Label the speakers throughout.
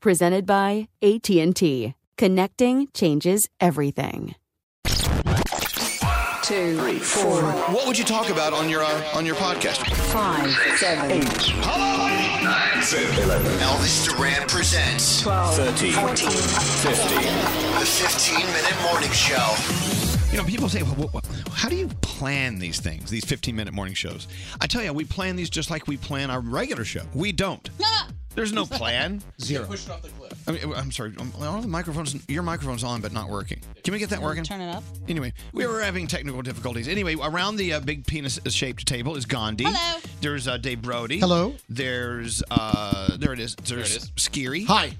Speaker 1: presented by AT&T. Connecting changes everything.
Speaker 2: Two, three, four,
Speaker 3: What would you talk about on your uh, on your podcast?
Speaker 2: five, seven, eight,
Speaker 3: Hello, eight, nine, seven, eleven. Elvis Duran presents
Speaker 2: twelve,
Speaker 4: 13,
Speaker 2: fourteen,
Speaker 4: 15.
Speaker 3: the 15-minute morning show.
Speaker 5: You know, people say, well, what, what, how do you plan these things, these 15 minute morning shows? I tell you, we plan these just like we plan our regular show. We don't. There's no plan. Zero.
Speaker 6: Push it off the cliff.
Speaker 5: I mean, I'm sorry. um, All the microphones, your microphone's on, but not working. Can we get that working?
Speaker 6: Turn it up.
Speaker 5: Anyway, we were having technical difficulties. Anyway, around the uh, big penis-shaped table is Gandhi.
Speaker 6: Hello.
Speaker 5: There's uh, Dave Brody.
Speaker 7: Hello.
Speaker 5: There's uh, there it is. There's
Speaker 6: it is.
Speaker 5: Skiri. Hi.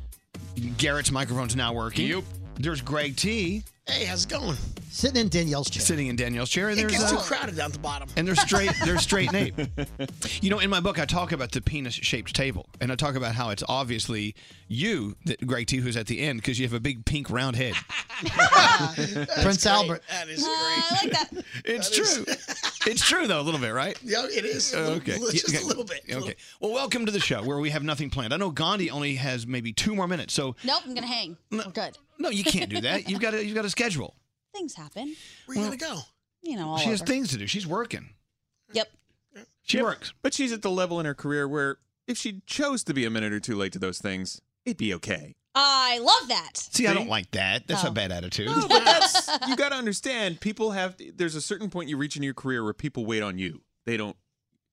Speaker 5: Garrett's microphone's now working. Yep. There's Greg T.
Speaker 7: Hey, how's it going? Sitting in Danielle's chair.
Speaker 5: Sitting in Danielle's chair. And
Speaker 7: It
Speaker 5: there's
Speaker 7: gets too
Speaker 5: uh,
Speaker 7: crowded down at the bottom.
Speaker 5: and they're straight. They're straight Nate. You know, in my book, I talk about the penis-shaped table, and I talk about how it's obviously you, that Greg T, who's at the end, because you have a big pink round head.
Speaker 7: Prince Albert.
Speaker 8: That is
Speaker 6: Uh, I like that.
Speaker 5: It's true. it's true though, a little bit, right? Uh,
Speaker 8: Yeah, it is.
Speaker 5: Okay.
Speaker 8: Just
Speaker 5: Yeah,
Speaker 8: a
Speaker 5: okay.
Speaker 8: little bit.
Speaker 5: Okay. Well, welcome to the show where we have nothing planned. I know Gandhi only has maybe two more minutes, so
Speaker 6: Nope, I'm gonna hang.
Speaker 5: No.
Speaker 6: I'm good.
Speaker 5: no, you can't do that. You've got to you've got to schedule.
Speaker 6: Things happen.
Speaker 8: Where you gonna go?
Speaker 6: You know, all
Speaker 5: she has
Speaker 6: over.
Speaker 5: things to do. She's working.
Speaker 6: Yep.
Speaker 5: She works.
Speaker 4: But she's at the level in her career where if she chose to be a minute or two late to those things, it'd be okay.
Speaker 6: I love that.
Speaker 5: See, I don't like that. That's
Speaker 6: Oh.
Speaker 5: a bad attitude.
Speaker 4: No, but that's you got to understand. People have there's a certain point you reach in your career where people wait on you. They don't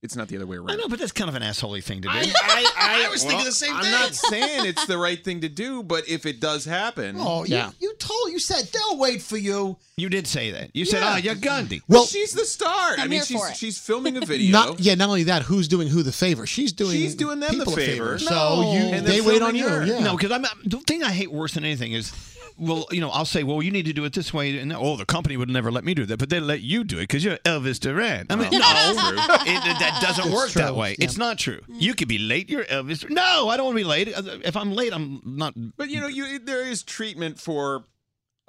Speaker 4: It's not the other way around.
Speaker 5: I know, but that's kind of an assholey thing to do.
Speaker 4: I,
Speaker 5: I was thinking the same
Speaker 4: I'm
Speaker 5: thing.
Speaker 4: I'm not saying it's the right thing to do, but if it does happen,
Speaker 7: Oh, yeah. You, you told, you said they'll wait for you.
Speaker 5: You did say that. You said, "Ah, you're Gandhi."
Speaker 4: Well, she's the star.
Speaker 7: I'm
Speaker 4: I
Speaker 7: here
Speaker 4: mean,
Speaker 7: for
Speaker 4: she's
Speaker 7: it.
Speaker 4: she's filming a video.
Speaker 9: Not, yeah, not only that, who's doing who the favor? She's doing
Speaker 4: She's doing them the
Speaker 9: people
Speaker 4: favor.
Speaker 9: So you,
Speaker 5: And they're
Speaker 9: they wait on
Speaker 5: filming
Speaker 9: you.
Speaker 5: her.
Speaker 9: Yeah.
Speaker 5: No, because I'm the thing I hate worse than anything is. Well, you know, I'll say, well, you need to do it this way, and oh, the company would never let me do that, but they let you do it because you're Elvis Duran. I mean,
Speaker 3: Oh,
Speaker 5: no,
Speaker 3: that's true.
Speaker 5: it- that doesn't
Speaker 3: It's
Speaker 5: work that
Speaker 3: true,
Speaker 5: way.
Speaker 3: yeah.
Speaker 5: It's not true.
Speaker 6: Mm.
Speaker 5: You could be late. You're Elvis. Duran. No, I don't want to be late. If I'm late, I'm not.
Speaker 4: But you know, you there is treatment for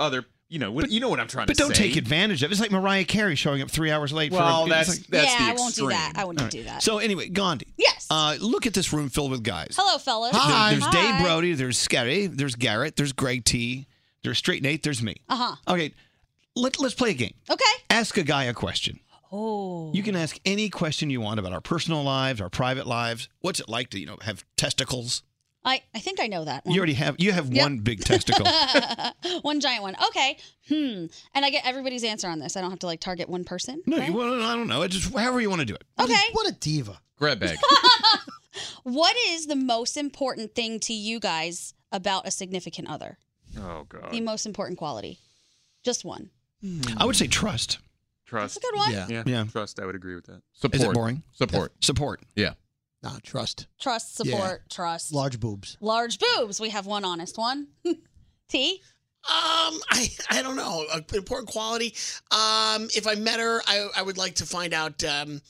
Speaker 4: other. You know, what, you know what I'm trying
Speaker 5: But
Speaker 4: to
Speaker 5: don't
Speaker 4: say.
Speaker 5: take advantage of. it. It's like Mariah Carey showing up three hours late.
Speaker 4: Well,
Speaker 5: for a,
Speaker 4: that's-
Speaker 5: it's like-
Speaker 4: that's
Speaker 6: Yeah, the I won't do that. extreme. I wouldn't
Speaker 5: All right.
Speaker 6: do that.
Speaker 5: So anyway, Gandhi.
Speaker 6: Yes.
Speaker 5: Uh, look at this room filled with guys.
Speaker 6: Hello, fellas.
Speaker 5: There- there's Dave Brody. There's Scary. There's Garrett. There's Greg T. There's Straight Nate. There's me.
Speaker 6: Uh huh.
Speaker 5: Okay, let, let's play a game.
Speaker 6: Okay.
Speaker 5: Ask a guy a question.
Speaker 6: Oh.
Speaker 5: You can ask any question you want about our personal lives, our private lives. What's it like to you know have testicles?
Speaker 6: I, I think I know that one.
Speaker 5: You already have. You have
Speaker 6: Yep.
Speaker 5: one big testicle.
Speaker 6: one giant one. Okay. Hmm. And I get everybody's answer on this. I don't have to like target one person.
Speaker 5: no, you, well, I don't know. It's just however you want to do it.
Speaker 6: Okay.
Speaker 5: What a diva. Grab bag.
Speaker 6: What is the most important thing to you guys about a significant other?
Speaker 4: Oh God.
Speaker 6: The most important quality. Just one.
Speaker 5: I would say trust.
Speaker 4: Trust.
Speaker 6: That's a good one.
Speaker 4: Yeah.
Speaker 6: Yeah.
Speaker 4: yeah.
Speaker 5: Yeah.
Speaker 4: Trust. I would agree with that.
Speaker 5: Is it boring?
Speaker 10: Support.
Speaker 5: Support.
Speaker 10: Yeah.
Speaker 7: Nah, trust.
Speaker 6: Trust, support, trust.
Speaker 7: Large boobs.
Speaker 6: Large boobs. We have one honest one. T.
Speaker 11: Um, I, I don't know. Uh, Important quality. Um, if I met her, I, I would like to find out. Um,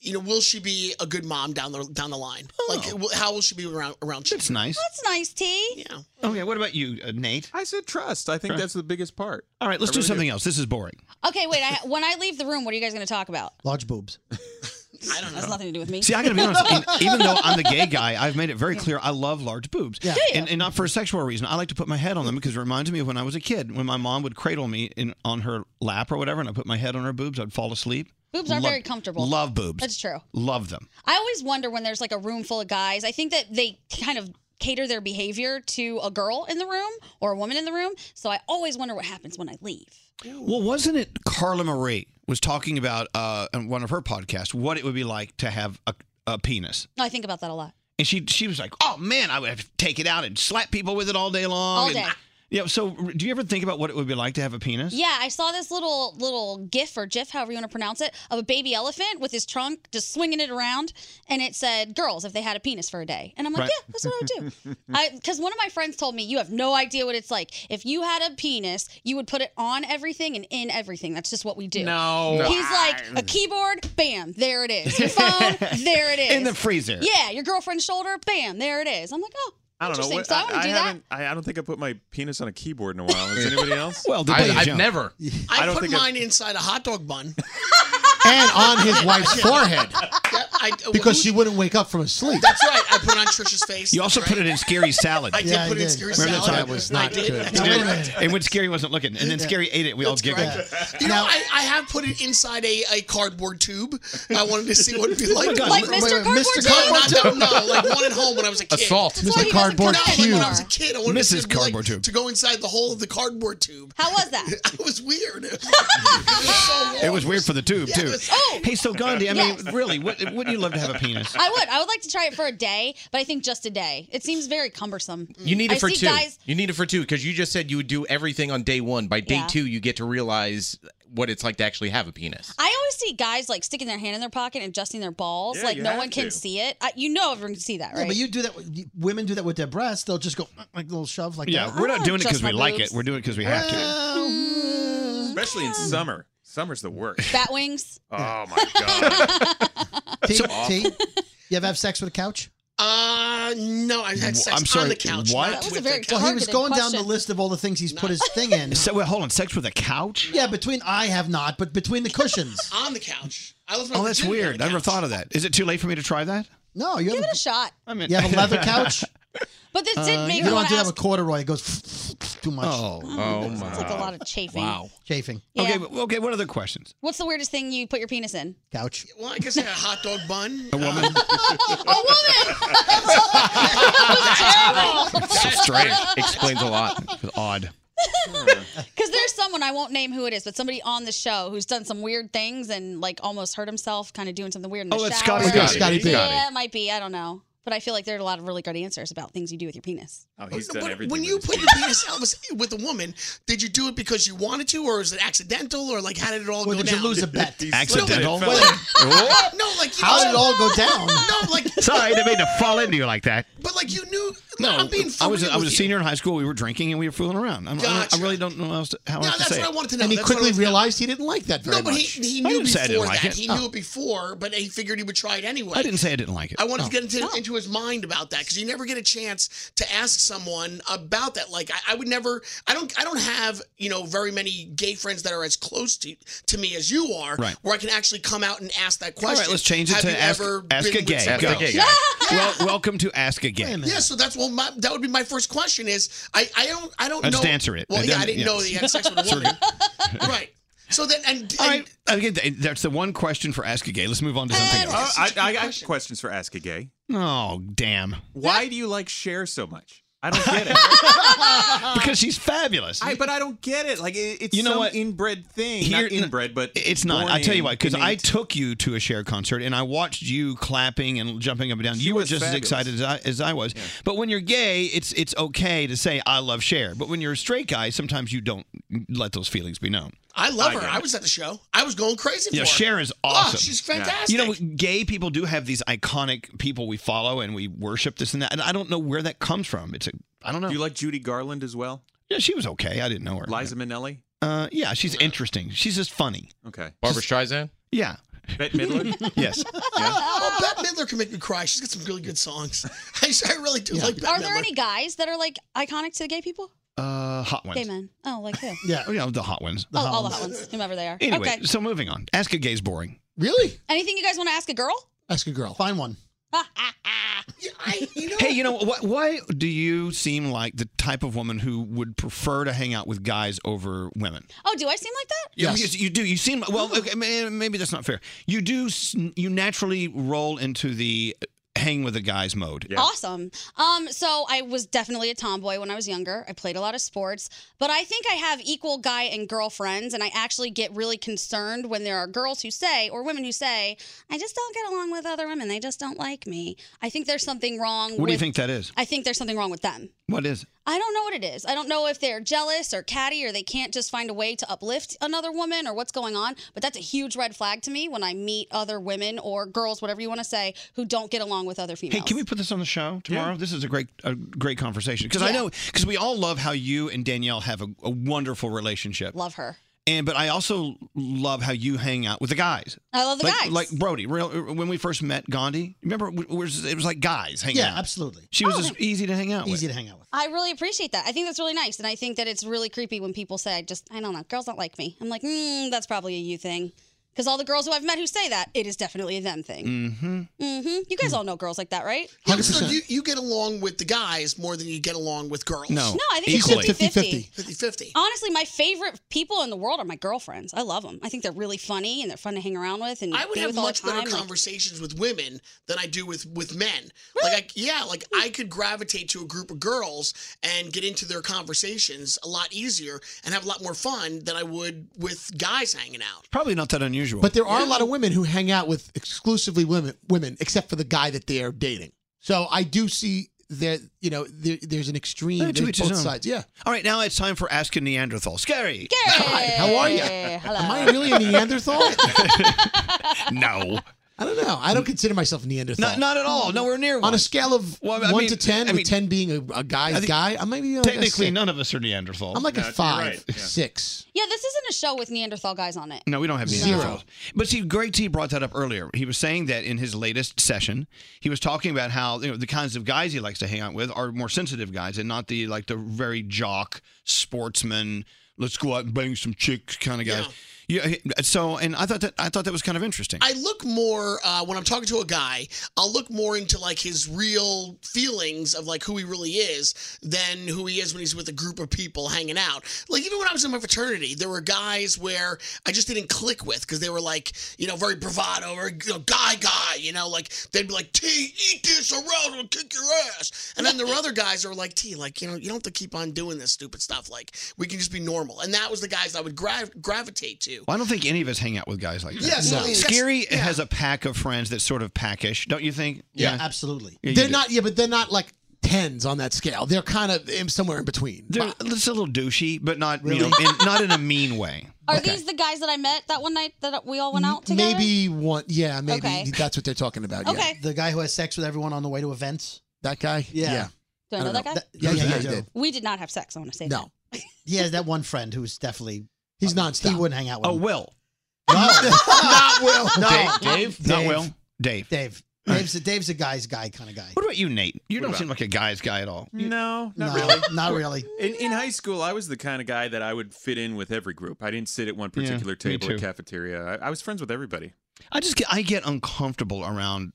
Speaker 11: you know, will she be a good mom down the down the line?
Speaker 5: Oh,
Speaker 11: Like, w- how will she be around around children?
Speaker 5: That's nice.
Speaker 6: That's nice, T.
Speaker 11: Yeah.
Speaker 5: Okay, what about you, uh, Nate?
Speaker 4: I said trust. I think
Speaker 5: Trust.
Speaker 4: that's the biggest part.
Speaker 5: All right, let's do something else. This is boring.
Speaker 6: Okay, wait. I, when I leave the room, what are you guys going to talk about?
Speaker 5: Large boobs.
Speaker 6: I don't know. That's nothing to do with me.
Speaker 5: See, I gotta be honest. in- even though I'm the gay guy, I've made it very clear I love large boobs,
Speaker 6: Do you?
Speaker 5: and, and not for a sexual reason. I like to put my head on them because it reminds me of when I was a kid, when my mom would cradle me in on her lap or whatever, and I put my head on her boobs, I'd fall asleep.
Speaker 6: Boobs are
Speaker 5: Love-
Speaker 6: very comfortable.
Speaker 5: Love boobs.
Speaker 6: That's true.
Speaker 5: Love them.
Speaker 6: I always wonder when there's like a room full of guys. I think that they kind of cater their behavior to a girl in the room or a woman in the room. So I always wonder what happens when I leave.
Speaker 5: Well, wasn't it Carla Marie was talking about uh, on one of her podcasts what it would be like to have a, a penis,
Speaker 6: I think about that a lot.
Speaker 5: and she she was like, "Oh man, I would have to take it out and slap people with it all day long."
Speaker 6: All
Speaker 5: and-
Speaker 6: day.
Speaker 5: yeah. So, do you ever think about what it would be like to have a penis?
Speaker 6: Yeah, I saw this little little GIF or GIF, however you want to pronounce it, of a baby elephant with his trunk just swinging it around, and it said, "Girls, if they had a penis for a day," and I'm like,
Speaker 5: Right.
Speaker 6: "Yeah, that's what I would do." Because one of my friends told me, "You have no idea what it's like. If you had a penis, you would put it on everything and in everything. That's just what we do."
Speaker 5: No. No.
Speaker 6: he's like a keyboard, bam, there it is. Your phone, there it is.
Speaker 5: In the freezer.
Speaker 6: Yeah, your girlfriend's shoulder, bam, there it is. I'm like, oh.
Speaker 4: I don't know.
Speaker 6: interesting.
Speaker 4: What,
Speaker 6: so I, want
Speaker 4: I,
Speaker 6: to do that.
Speaker 4: haven't. I, I don't think I put my penis on a keyboard in a while. Is anybody else?
Speaker 5: well,
Speaker 11: I- I've
Speaker 5: never.
Speaker 11: I,
Speaker 4: I don't
Speaker 11: put
Speaker 4: think I-
Speaker 11: mine inside a hot dog bun.
Speaker 9: And on his wife's
Speaker 11: Yeah.
Speaker 9: forehead
Speaker 11: Yeah, I, uh,
Speaker 9: because she wouldn't wake up from his sleep.
Speaker 11: That's right. I put it on Trisha's face.
Speaker 5: You also put it in Scary Salad.
Speaker 11: I did Yeah, put I it in did. Scary
Speaker 5: Remember
Speaker 11: Salad.
Speaker 5: That, time?
Speaker 11: That was not I did. good.
Speaker 5: You did. And when Scary wasn't looking, and then
Speaker 11: Yeah.
Speaker 5: Scary ate it, we all giggled.
Speaker 11: You know, I, I have put it inside a, a cardboard tube. I wanted to see what it'd be
Speaker 5: Oh my
Speaker 11: like.
Speaker 5: God. Like Wait, Mr. wait, wait, Cardboard Mr. Tube?
Speaker 11: Not, no, no, like one at home when I was a kid.
Speaker 5: Assault. That's why Mr. he doesn't Cardboard
Speaker 11: No, like
Speaker 5: Tube.
Speaker 11: when I was a kid, I wanted to,
Speaker 5: Mrs.
Speaker 11: see what it'd be like
Speaker 5: Cardboard Tube.
Speaker 11: to go inside the hole of the cardboard tube.
Speaker 6: How was that?
Speaker 11: it was weird. It was so long.
Speaker 5: It was weird for the tube
Speaker 11: Yeah,
Speaker 5: too.
Speaker 11: that's-
Speaker 6: Oh!
Speaker 5: Hey, so Gandhi, I mean,
Speaker 6: Yes.
Speaker 5: really, what, wouldn't you love to have a penis?
Speaker 6: I would. I would like to try it for a day, but I think just a day. It seems very cumbersome.
Speaker 10: Mm. You need it
Speaker 6: I
Speaker 10: for
Speaker 6: see
Speaker 10: two.
Speaker 6: Guys,
Speaker 10: you need it for two because you just said you would do everything on day one. By day
Speaker 6: Yeah.
Speaker 10: two, you get to realize what it's like to actually have a penis.
Speaker 6: I always see guys like sticking their hand in their pocket and adjusting their balls,
Speaker 10: Yeah,
Speaker 6: like
Speaker 10: you
Speaker 6: no
Speaker 10: have
Speaker 6: one can
Speaker 10: to.
Speaker 6: see it. I, you know, everyone can see that, right?
Speaker 7: Yeah, but you do that. with- Women do that with their breasts. They'll just go like a little shove like
Speaker 5: Yeah,
Speaker 7: that.
Speaker 5: we're
Speaker 12: Ah,
Speaker 5: not doing it because we like it. We're doing it because we have to.
Speaker 4: Especially in summer. Summer's the worst.
Speaker 6: bat wings.
Speaker 4: Oh my god.
Speaker 7: T,
Speaker 4: So awful.
Speaker 7: T, you ever have sex with a couch?
Speaker 11: Uh, no, I had sex
Speaker 5: I'm sorry,
Speaker 11: on the couch.
Speaker 5: what?
Speaker 11: not
Speaker 5: That was a
Speaker 11: with
Speaker 5: very
Speaker 11: the couch.
Speaker 7: Well, he was going down the list of all the things he's put his thing in.
Speaker 5: So wait, hold on, sex with a couch?
Speaker 7: Yeah, between I have not, but between the cushions.
Speaker 11: on the couch. I left my
Speaker 5: Oh, that's
Speaker 11: virginity on
Speaker 5: weird. I never thought of that. Is it too late for me to try that?
Speaker 7: No, you
Speaker 6: Give
Speaker 7: have
Speaker 6: it a shot.
Speaker 5: I mean,
Speaker 7: You have a leather couch?
Speaker 6: But this
Speaker 7: Uh,
Speaker 6: did make
Speaker 7: you
Speaker 6: me
Speaker 7: don't
Speaker 6: want to
Speaker 7: do that
Speaker 6: ask.
Speaker 7: with corduroy. It goes too much.
Speaker 5: Oh,
Speaker 6: Oh, my. that's like a lot of chafing. Wow.
Speaker 7: Chafing.
Speaker 5: Okay,
Speaker 6: Yeah.
Speaker 5: w- okay. What other questions?
Speaker 6: What's the weirdest thing you put your penis in?
Speaker 7: Couch.
Speaker 11: Well, I guess I had a hot dog bun.
Speaker 5: A woman.
Speaker 6: a woman.
Speaker 5: Strange. Explains a lot. Odd.
Speaker 6: Because there's someone I won't name who it is, but somebody on the show who's done some weird things and like almost hurt himself, kind of doing something weird in the
Speaker 5: Oh, that's
Speaker 6: shower.
Speaker 5: Scotty P. Scotty. Scotty P.
Speaker 6: Yeah, it might be. I don't know. But I feel like there are a lot of really good answers about things you do with your penis.
Speaker 4: Oh, he's
Speaker 11: But
Speaker 4: done everything.
Speaker 11: when
Speaker 4: with
Speaker 11: you
Speaker 4: his
Speaker 11: put your penis Elvis with a woman, did you do it because you wanted to, or is it accidental, or like how did it all go
Speaker 7: did you
Speaker 11: down?
Speaker 7: lose a bet? He
Speaker 5: Accidental?
Speaker 11: No, but-
Speaker 5: What?
Speaker 11: no, like you
Speaker 5: How
Speaker 11: know-
Speaker 5: did it all go down?
Speaker 11: No, like
Speaker 5: Sorry, they made to fall into you like that.
Speaker 11: But like you knew.
Speaker 5: No,
Speaker 11: I'm being.
Speaker 5: I was
Speaker 11: fucking
Speaker 5: I was a
Speaker 11: with you.
Speaker 5: senior in high school. We were drinking and we were fooling around. I'm, I don't- I
Speaker 11: Gotcha.
Speaker 5: really don't know how else to, how
Speaker 11: No,
Speaker 5: else to
Speaker 11: that's
Speaker 5: say
Speaker 11: what
Speaker 5: it.
Speaker 11: I wanted to know. And he That's what I quickly wanted to know.
Speaker 5: realized he didn't like that
Speaker 11: No, but he, he
Speaker 5: I
Speaker 11: knew
Speaker 5: didn't say I
Speaker 11: before
Speaker 5: didn't like
Speaker 11: that.
Speaker 5: it.
Speaker 11: He
Speaker 5: Oh.
Speaker 11: knew it before, but he figured he would try it anyway.
Speaker 5: I didn't say I didn't like it. Oh.
Speaker 11: I wanted
Speaker 5: No.
Speaker 11: to get into, into his mind about that because you never get a chance to ask someone about that. Like I, I would never, I don't, I don't have you know very many gay friends that are as close to to me as you are,
Speaker 5: Right.
Speaker 11: where I can actually come out and ask that
Speaker 5: All
Speaker 11: question.
Speaker 5: right, let's change it
Speaker 11: have you
Speaker 5: to ask,
Speaker 11: ever
Speaker 5: ask
Speaker 11: been
Speaker 5: a
Speaker 11: with
Speaker 5: gay.
Speaker 11: someone
Speaker 5: Go.
Speaker 11: else?
Speaker 5: well, welcome to ask a gay.
Speaker 11: Yeah, so that's well, my, that would be my first question. Is I, I don't I don't
Speaker 5: I just
Speaker 11: know.
Speaker 5: answer it.
Speaker 11: Well,
Speaker 5: I
Speaker 11: yeah, I
Speaker 5: don't-
Speaker 11: didn't
Speaker 5: yeah.
Speaker 11: know that he had sex with a woman. right. So then and, and
Speaker 5: All right, again, th- that's the one question for ask a gay. Let's move on to something
Speaker 4: Oh,
Speaker 5: else.
Speaker 4: I, I got questions for Ask a Gay.
Speaker 5: Oh, damn!
Speaker 4: Why do you like Cher so much? I don't get it.
Speaker 5: Because she's fabulous.
Speaker 4: I, but I don't get it. Like it, it's
Speaker 5: You know
Speaker 4: some
Speaker 5: what?
Speaker 4: inbred thing.
Speaker 5: Here-
Speaker 4: Not inbred, but
Speaker 5: It's not.
Speaker 4: born
Speaker 5: I tell you
Speaker 4: in-
Speaker 5: why. Because I
Speaker 4: innate.
Speaker 5: took you to a Cher concert and I watched you clapping and jumping up and down. you were
Speaker 4: was
Speaker 5: just
Speaker 4: fabulous.
Speaker 5: as excited as I, as I was. But when you're gay, it's it's okay to say I love Cher. But when you're a straight guy, sometimes you don't let those feelings be known.
Speaker 11: I love
Speaker 5: I
Speaker 11: her.
Speaker 5: know.
Speaker 11: I was at the show. I was going crazy
Speaker 5: Yeah,
Speaker 11: for her.
Speaker 5: Cher is
Speaker 11: Oh,
Speaker 5: awesome.
Speaker 11: she's fantastic.
Speaker 5: You know, gay people do have these iconic people we follow and we worship this and that. And I don't know where that comes from. It's a I don't know.
Speaker 4: Do you like Judy Garland as well?
Speaker 5: Yeah, she was okay. I didn't know her.
Speaker 4: Liza Minnelli.
Speaker 5: Uh, yeah, she's interesting. She's just funny.
Speaker 4: Okay.
Speaker 5: Barbara
Speaker 10: Streisand.
Speaker 5: Yeah.
Speaker 4: Bette Midler.
Speaker 5: yes.
Speaker 11: Well, Oh, Bette Midler can make me cry. She's got some really good songs. I, I really do like Bette
Speaker 6: Are
Speaker 11: Midler.
Speaker 6: there any guys that are like iconic to gay people?
Speaker 5: Uh, hot ones.
Speaker 6: Gay men. Oh, like who?
Speaker 5: Yeah. You know, the hot ones.
Speaker 6: oh, all the hot ones, whomever they are.
Speaker 5: Anyway,
Speaker 6: okay.
Speaker 5: so moving on. Ask a gay's boring.
Speaker 7: Really?
Speaker 6: Anything you guys want to ask a girl?
Speaker 7: Ask a girl. Find one.
Speaker 5: Hey, you know wh- Why do you seem like the type of woman who would prefer to hang out with guys over women?
Speaker 6: Oh, do I seem like that?
Speaker 5: Yeah, because you do. You seem well. Okay, may- maybe that's not fair. You do. s- You naturally roll into the uh, hang with the guys mode.
Speaker 6: Awesome. Um, so I was definitely a tomboy when I was younger. I played a lot of sports, but I think I have equal guy and girl friends, and I actually get really concerned when there are girls who say or women who say, "I just don't get along with other women. They just don't like me." I think there's something wrong.
Speaker 5: What do you
Speaker 6: with-
Speaker 5: think that is?
Speaker 6: I think there's something wrong with them.
Speaker 5: What is?
Speaker 6: I don't know what it is. I don't know if they're jealous or catty or they can't just find a way to uplift another woman or what's going on. But that's a huge red flag to me when I meet other women or girls, whatever you want to say, who don't get along with other females.
Speaker 5: Hey, can we put this on the show tomorrow? This is a great, a great conversation because I
Speaker 6: Yeah.
Speaker 5: know because we all love how you and Danielle have a, a wonderful relationship.
Speaker 6: Love her.
Speaker 5: And but I also love how you hang out with the guys.
Speaker 6: I love the
Speaker 5: like,
Speaker 6: guys.
Speaker 5: Like Brody, real, when we first met Gandhi, remember it was, it was like guys hanging
Speaker 7: Yeah,
Speaker 5: out.
Speaker 7: absolutely.
Speaker 5: She
Speaker 6: Oh,
Speaker 5: was just easy to hang out with.
Speaker 7: Easy to hang out with.
Speaker 6: I really appreciate that. I think that's really nice, and I think that it's really creepy when people say, "I just, I don't know, girls don't like me." I'm like, mm, that's probably a you thing, because all the girls who I've met who say that, it is definitely a them thing.
Speaker 5: Mm-hmm.
Speaker 6: hmm You guys all know girls like that, right?
Speaker 11: Yeah, but so you, you get along with the guys more than you get along with girls.
Speaker 5: No.
Speaker 6: No, I think it's Equally. 50-50.
Speaker 11: 50-50.
Speaker 6: Honestly, my favorite people in the world are my girlfriends. I love them. I think they're really funny and they're fun to hang around with and
Speaker 11: I would
Speaker 6: be
Speaker 11: have
Speaker 6: with all
Speaker 11: much
Speaker 6: the
Speaker 11: better
Speaker 6: time. Like,
Speaker 11: conversations with women than I do with with men. Like I, yeah, like I could gravitate to a group of girls and get into their conversations a lot easier and have a lot more fun than I would with guys hanging out.
Speaker 5: Probably not that unusual.
Speaker 7: But there are a lot of women who hang out with exclusively women, women, except for the guy that they are dating. So I do see that you know there, there's an extreme.
Speaker 5: Yeah, to
Speaker 7: there's
Speaker 5: each his
Speaker 7: both
Speaker 5: own.
Speaker 7: sides. Yeah.
Speaker 5: All right, now it's time for Ask a Neanderthal. Scary.
Speaker 7: Hi, how are you?
Speaker 6: Hello.
Speaker 7: Am I really a Neanderthal?
Speaker 5: no.
Speaker 7: I don't know. I don't consider myself Neanderthal.
Speaker 5: Not- not at all. Nowhere near
Speaker 7: On
Speaker 5: one.
Speaker 7: a scale of
Speaker 5: Well, I
Speaker 7: one
Speaker 5: mean-
Speaker 7: to ten,
Speaker 5: I mean-
Speaker 7: with ten being a, a guy's
Speaker 5: I think-
Speaker 7: guy, I'm maybe like a
Speaker 5: Technically,
Speaker 7: six.
Speaker 5: none of us are Neanderthal.
Speaker 7: I'm like
Speaker 5: No,
Speaker 7: a
Speaker 5: you're
Speaker 7: five,
Speaker 5: right. Yeah.
Speaker 7: six.
Speaker 6: yeah, this isn't a show with Neanderthal guys on it.
Speaker 5: No, we don't have
Speaker 7: Zero.
Speaker 5: Neanderthals. But see, Greg T brought that up earlier. He was saying that in his latest session, he was talking about how you know the kinds of guys he likes to hang out with are more sensitive guys and not the like the very jock sportsman. Let's go out and bang some chicks kind of guys. Yeah. uh, So, and I thought that I thought that was kind of interesting.
Speaker 11: I look more uh, when I'm talking to a guy. I'll look more into like his real feelings of like who he really is than who he is when he's with a group of people hanging out. Like even when I was in my fraternity, there were guys where I just didn't click with because they were like you know very bravado, very you know, guy guy. You know like they'd be like T, eat this or else I'll kick your ass. And then there were other guys that were like T, like you know you don't have to keep on doing this stupid stuff. Like we can just be normal. And that was the guys I would gra- gravitate to.
Speaker 5: Well, I don't think any of us hang out with guys like that.
Speaker 11: Yes, No. that's-
Speaker 5: Scary
Speaker 11: yeah.
Speaker 5: has a pack of friends that's sort of packish, don't you think?
Speaker 7: Yeah, absolutely.
Speaker 5: Yeah, you
Speaker 7: they're
Speaker 5: do.
Speaker 7: not. Yeah, but they're not like tens on that scale. They're kind of in- somewhere in between.
Speaker 5: They're- It's a little douchey, but not you know, in, not in a mean way.
Speaker 6: Are these the guys that I met that one night that we all went out together?
Speaker 7: Maybe one. Yeah, maybe
Speaker 6: Okay.
Speaker 7: that's what they're talking about. Yeah.
Speaker 6: Okay.
Speaker 12: The guy who has sex with everyone on the way to events.
Speaker 7: That guy.
Speaker 12: Yeah.
Speaker 6: Do I know that guy?
Speaker 12: yeah, yeah, yeah, yeah.
Speaker 6: We did not have sex. I want to say that.
Speaker 12: No. He has that one friend who's definitely. He's non He wouldn't hang out with.
Speaker 5: Oh,
Speaker 12: him.
Speaker 5: Will.
Speaker 12: No,
Speaker 5: Not Will.
Speaker 12: No,
Speaker 5: Dave- Dave? Not
Speaker 12: Dave.
Speaker 5: Will. Dave.
Speaker 12: Dave. Dave's a, Dave's a guy's guy kind of guy.
Speaker 5: What about you, Nate? You don't
Speaker 4: about
Speaker 5: seem like a guy's guy at all.
Speaker 4: No, not
Speaker 12: No,
Speaker 4: really.
Speaker 12: not really.
Speaker 4: In, in high school, I was the kind of guy that I would fit in with every group. I didn't sit at one
Speaker 5: Yeah,
Speaker 4: particular
Speaker 5: me
Speaker 4: table
Speaker 5: too.
Speaker 4: at cafeteria. I, I was friends with everybody.
Speaker 5: I just get, I get uncomfortable around.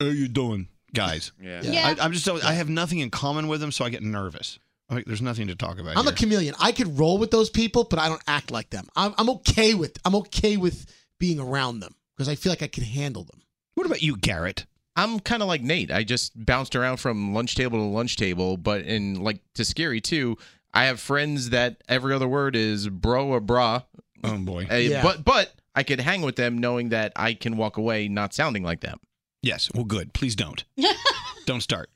Speaker 5: How you doing, guys?
Speaker 4: Yeah.
Speaker 7: Yeah.
Speaker 5: I, I'm just I have nothing in common with them, so I get nervous. I'm like, there's nothing to talk about.
Speaker 7: I'm
Speaker 5: here.
Speaker 7: a chameleon. I could roll with those people, but I don't act like them. I'm, I'm okay with I'm okay with being around them because I feel like I can handle them.
Speaker 5: What about you, Garrett?
Speaker 10: I'm kind of like Nate. I just bounced around from lunch table to lunch table, but in like to scary too. I have friends that every other word is bro or bra.
Speaker 5: Oh boy.
Speaker 7: Yeah.
Speaker 10: But but I could hang with them knowing that I can walk away not sounding like them.
Speaker 5: Yes. Well, good. Please don't. don't start.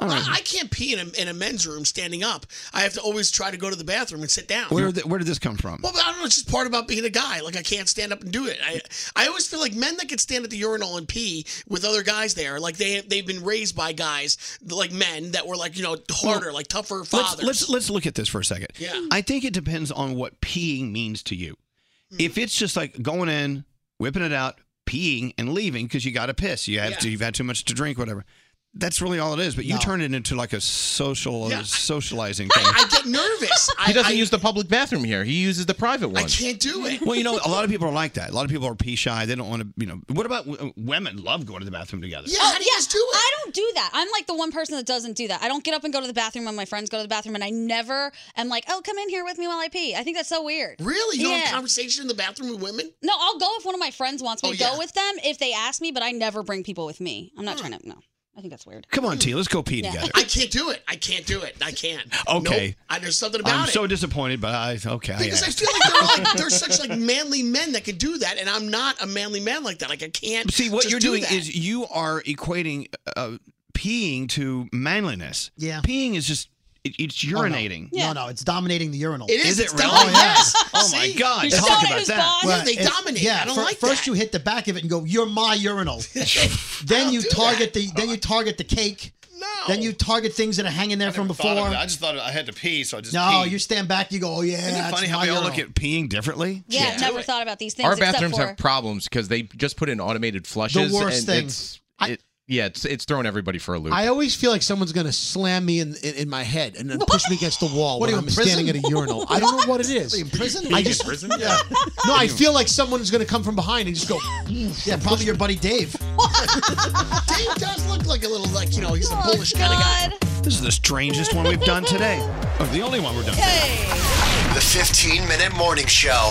Speaker 11: I, I can't pee in a, in a men's room standing up. I have to always try to go to the bathroom and sit down.
Speaker 5: Where did- where did this come from?
Speaker 11: well, but I don't know. It's just part about being a guy. Like I can't stand up and do it. I I always feel like men that could stand at the urinal and pee with other guys there, like they they've been raised by guys like men that were like you know harder, like tougher fathers.
Speaker 5: Let's, let's let's look at this for a second.
Speaker 11: Yeah.
Speaker 5: I think it depends on what peeing means to you.
Speaker 11: Hmm.
Speaker 5: If it's just like going in, whipping it out, peeing and leaving because you got to piss, you have to, you've had too much to drink, whatever. That's really all it is. But you turn it into like a social
Speaker 11: Yeah.
Speaker 5: socializing thing.
Speaker 11: I get nervous. I,
Speaker 10: He doesn't
Speaker 11: I,
Speaker 10: use the public bathroom here. He uses the private one.
Speaker 11: I can't do it.
Speaker 5: well, you know, a lot of people are like that. A lot of people are pee shy. They don't want to, you know. What about w- uh, women? Love going to the bathroom together.
Speaker 6: Oh, yeah, I don't do that. I'm like the one person that doesn't do that. I don't get up and go to the bathroom when my friends go to the bathroom, and I never am like, oh, come in here with me while I pee. I think that's so weird.
Speaker 11: Really, you don't have a
Speaker 6: Yeah.
Speaker 11: conversation in the bathroom with women?
Speaker 6: No, I'll go if one of my friends wants me
Speaker 11: Oh,
Speaker 6: to go
Speaker 11: yeah.
Speaker 6: with them if they ask me, but I never bring people with me. I'm not trying to. No, I think that's weird.
Speaker 5: Come on, T. Let's go pee
Speaker 6: Yeah.
Speaker 5: together.
Speaker 11: I can't do it. I can't do it. I can't.
Speaker 5: Okay.
Speaker 11: Nope. I, there's something about
Speaker 5: I'm
Speaker 11: it.
Speaker 5: so disappointed, but I okay. I
Speaker 11: Because I
Speaker 5: asked.
Speaker 11: feel like they're like they're such like manly men that could do that, and I'm not a manly man like that. Like I can't.
Speaker 5: See, what
Speaker 11: just
Speaker 5: you're
Speaker 11: do
Speaker 5: doing
Speaker 11: that.
Speaker 5: is you are equating uh, peeing to manliness. Yeah. Peeing is just, it, it's urinating.
Speaker 12: No, no, it's dominating the urinal.
Speaker 5: It is, Is it it's really?
Speaker 12: Oh,
Speaker 5: dominating-
Speaker 12: yeah.
Speaker 5: Yes. Oh, my God, You're talk showing about who's that. boss. Yeah, they
Speaker 12: it's-
Speaker 5: dominate.
Speaker 12: Yeah,
Speaker 5: I don't
Speaker 12: fir-
Speaker 5: like
Speaker 12: first you hit the back of it and go, "You're my urinal." then you target the then you target the cake. No. Then you target things that are hanging there from before.
Speaker 5: just thought I had to pee, so I just
Speaker 12: no, you stand back. You go, "Oh yeah."
Speaker 5: Isn't it
Speaker 12: that's
Speaker 5: funny how
Speaker 12: my
Speaker 5: we all
Speaker 12: urinal."
Speaker 5: look at peeing differently?
Speaker 6: Yeah, never thought about these things.
Speaker 10: Our
Speaker 6: except
Speaker 10: bathrooms
Speaker 6: for,
Speaker 10: have problems because they just put in automated flushes.
Speaker 7: worst
Speaker 10: and
Speaker 7: thing.
Speaker 10: It's, it, yeah, it's it's throwing everybody for a loop.
Speaker 7: I always feel like someone's gonna slam me in in, in my head and then push me against the wall
Speaker 12: What
Speaker 7: when
Speaker 12: are you,
Speaker 7: I'm
Speaker 12: in prison?
Speaker 7: standing at a urinal. I don't know what it is.
Speaker 12: Are you in prison?
Speaker 7: I just Yeah. No, I feel like someone's gonna come from behind and just go.
Speaker 12: Yeah, probably your buddy Dave.
Speaker 11: Dave does look like a little like you know he's a bullish kind of guy.
Speaker 5: This is the strangest one we've done today. Or Oh, the only one we're done.
Speaker 3: The 15 minute morning show.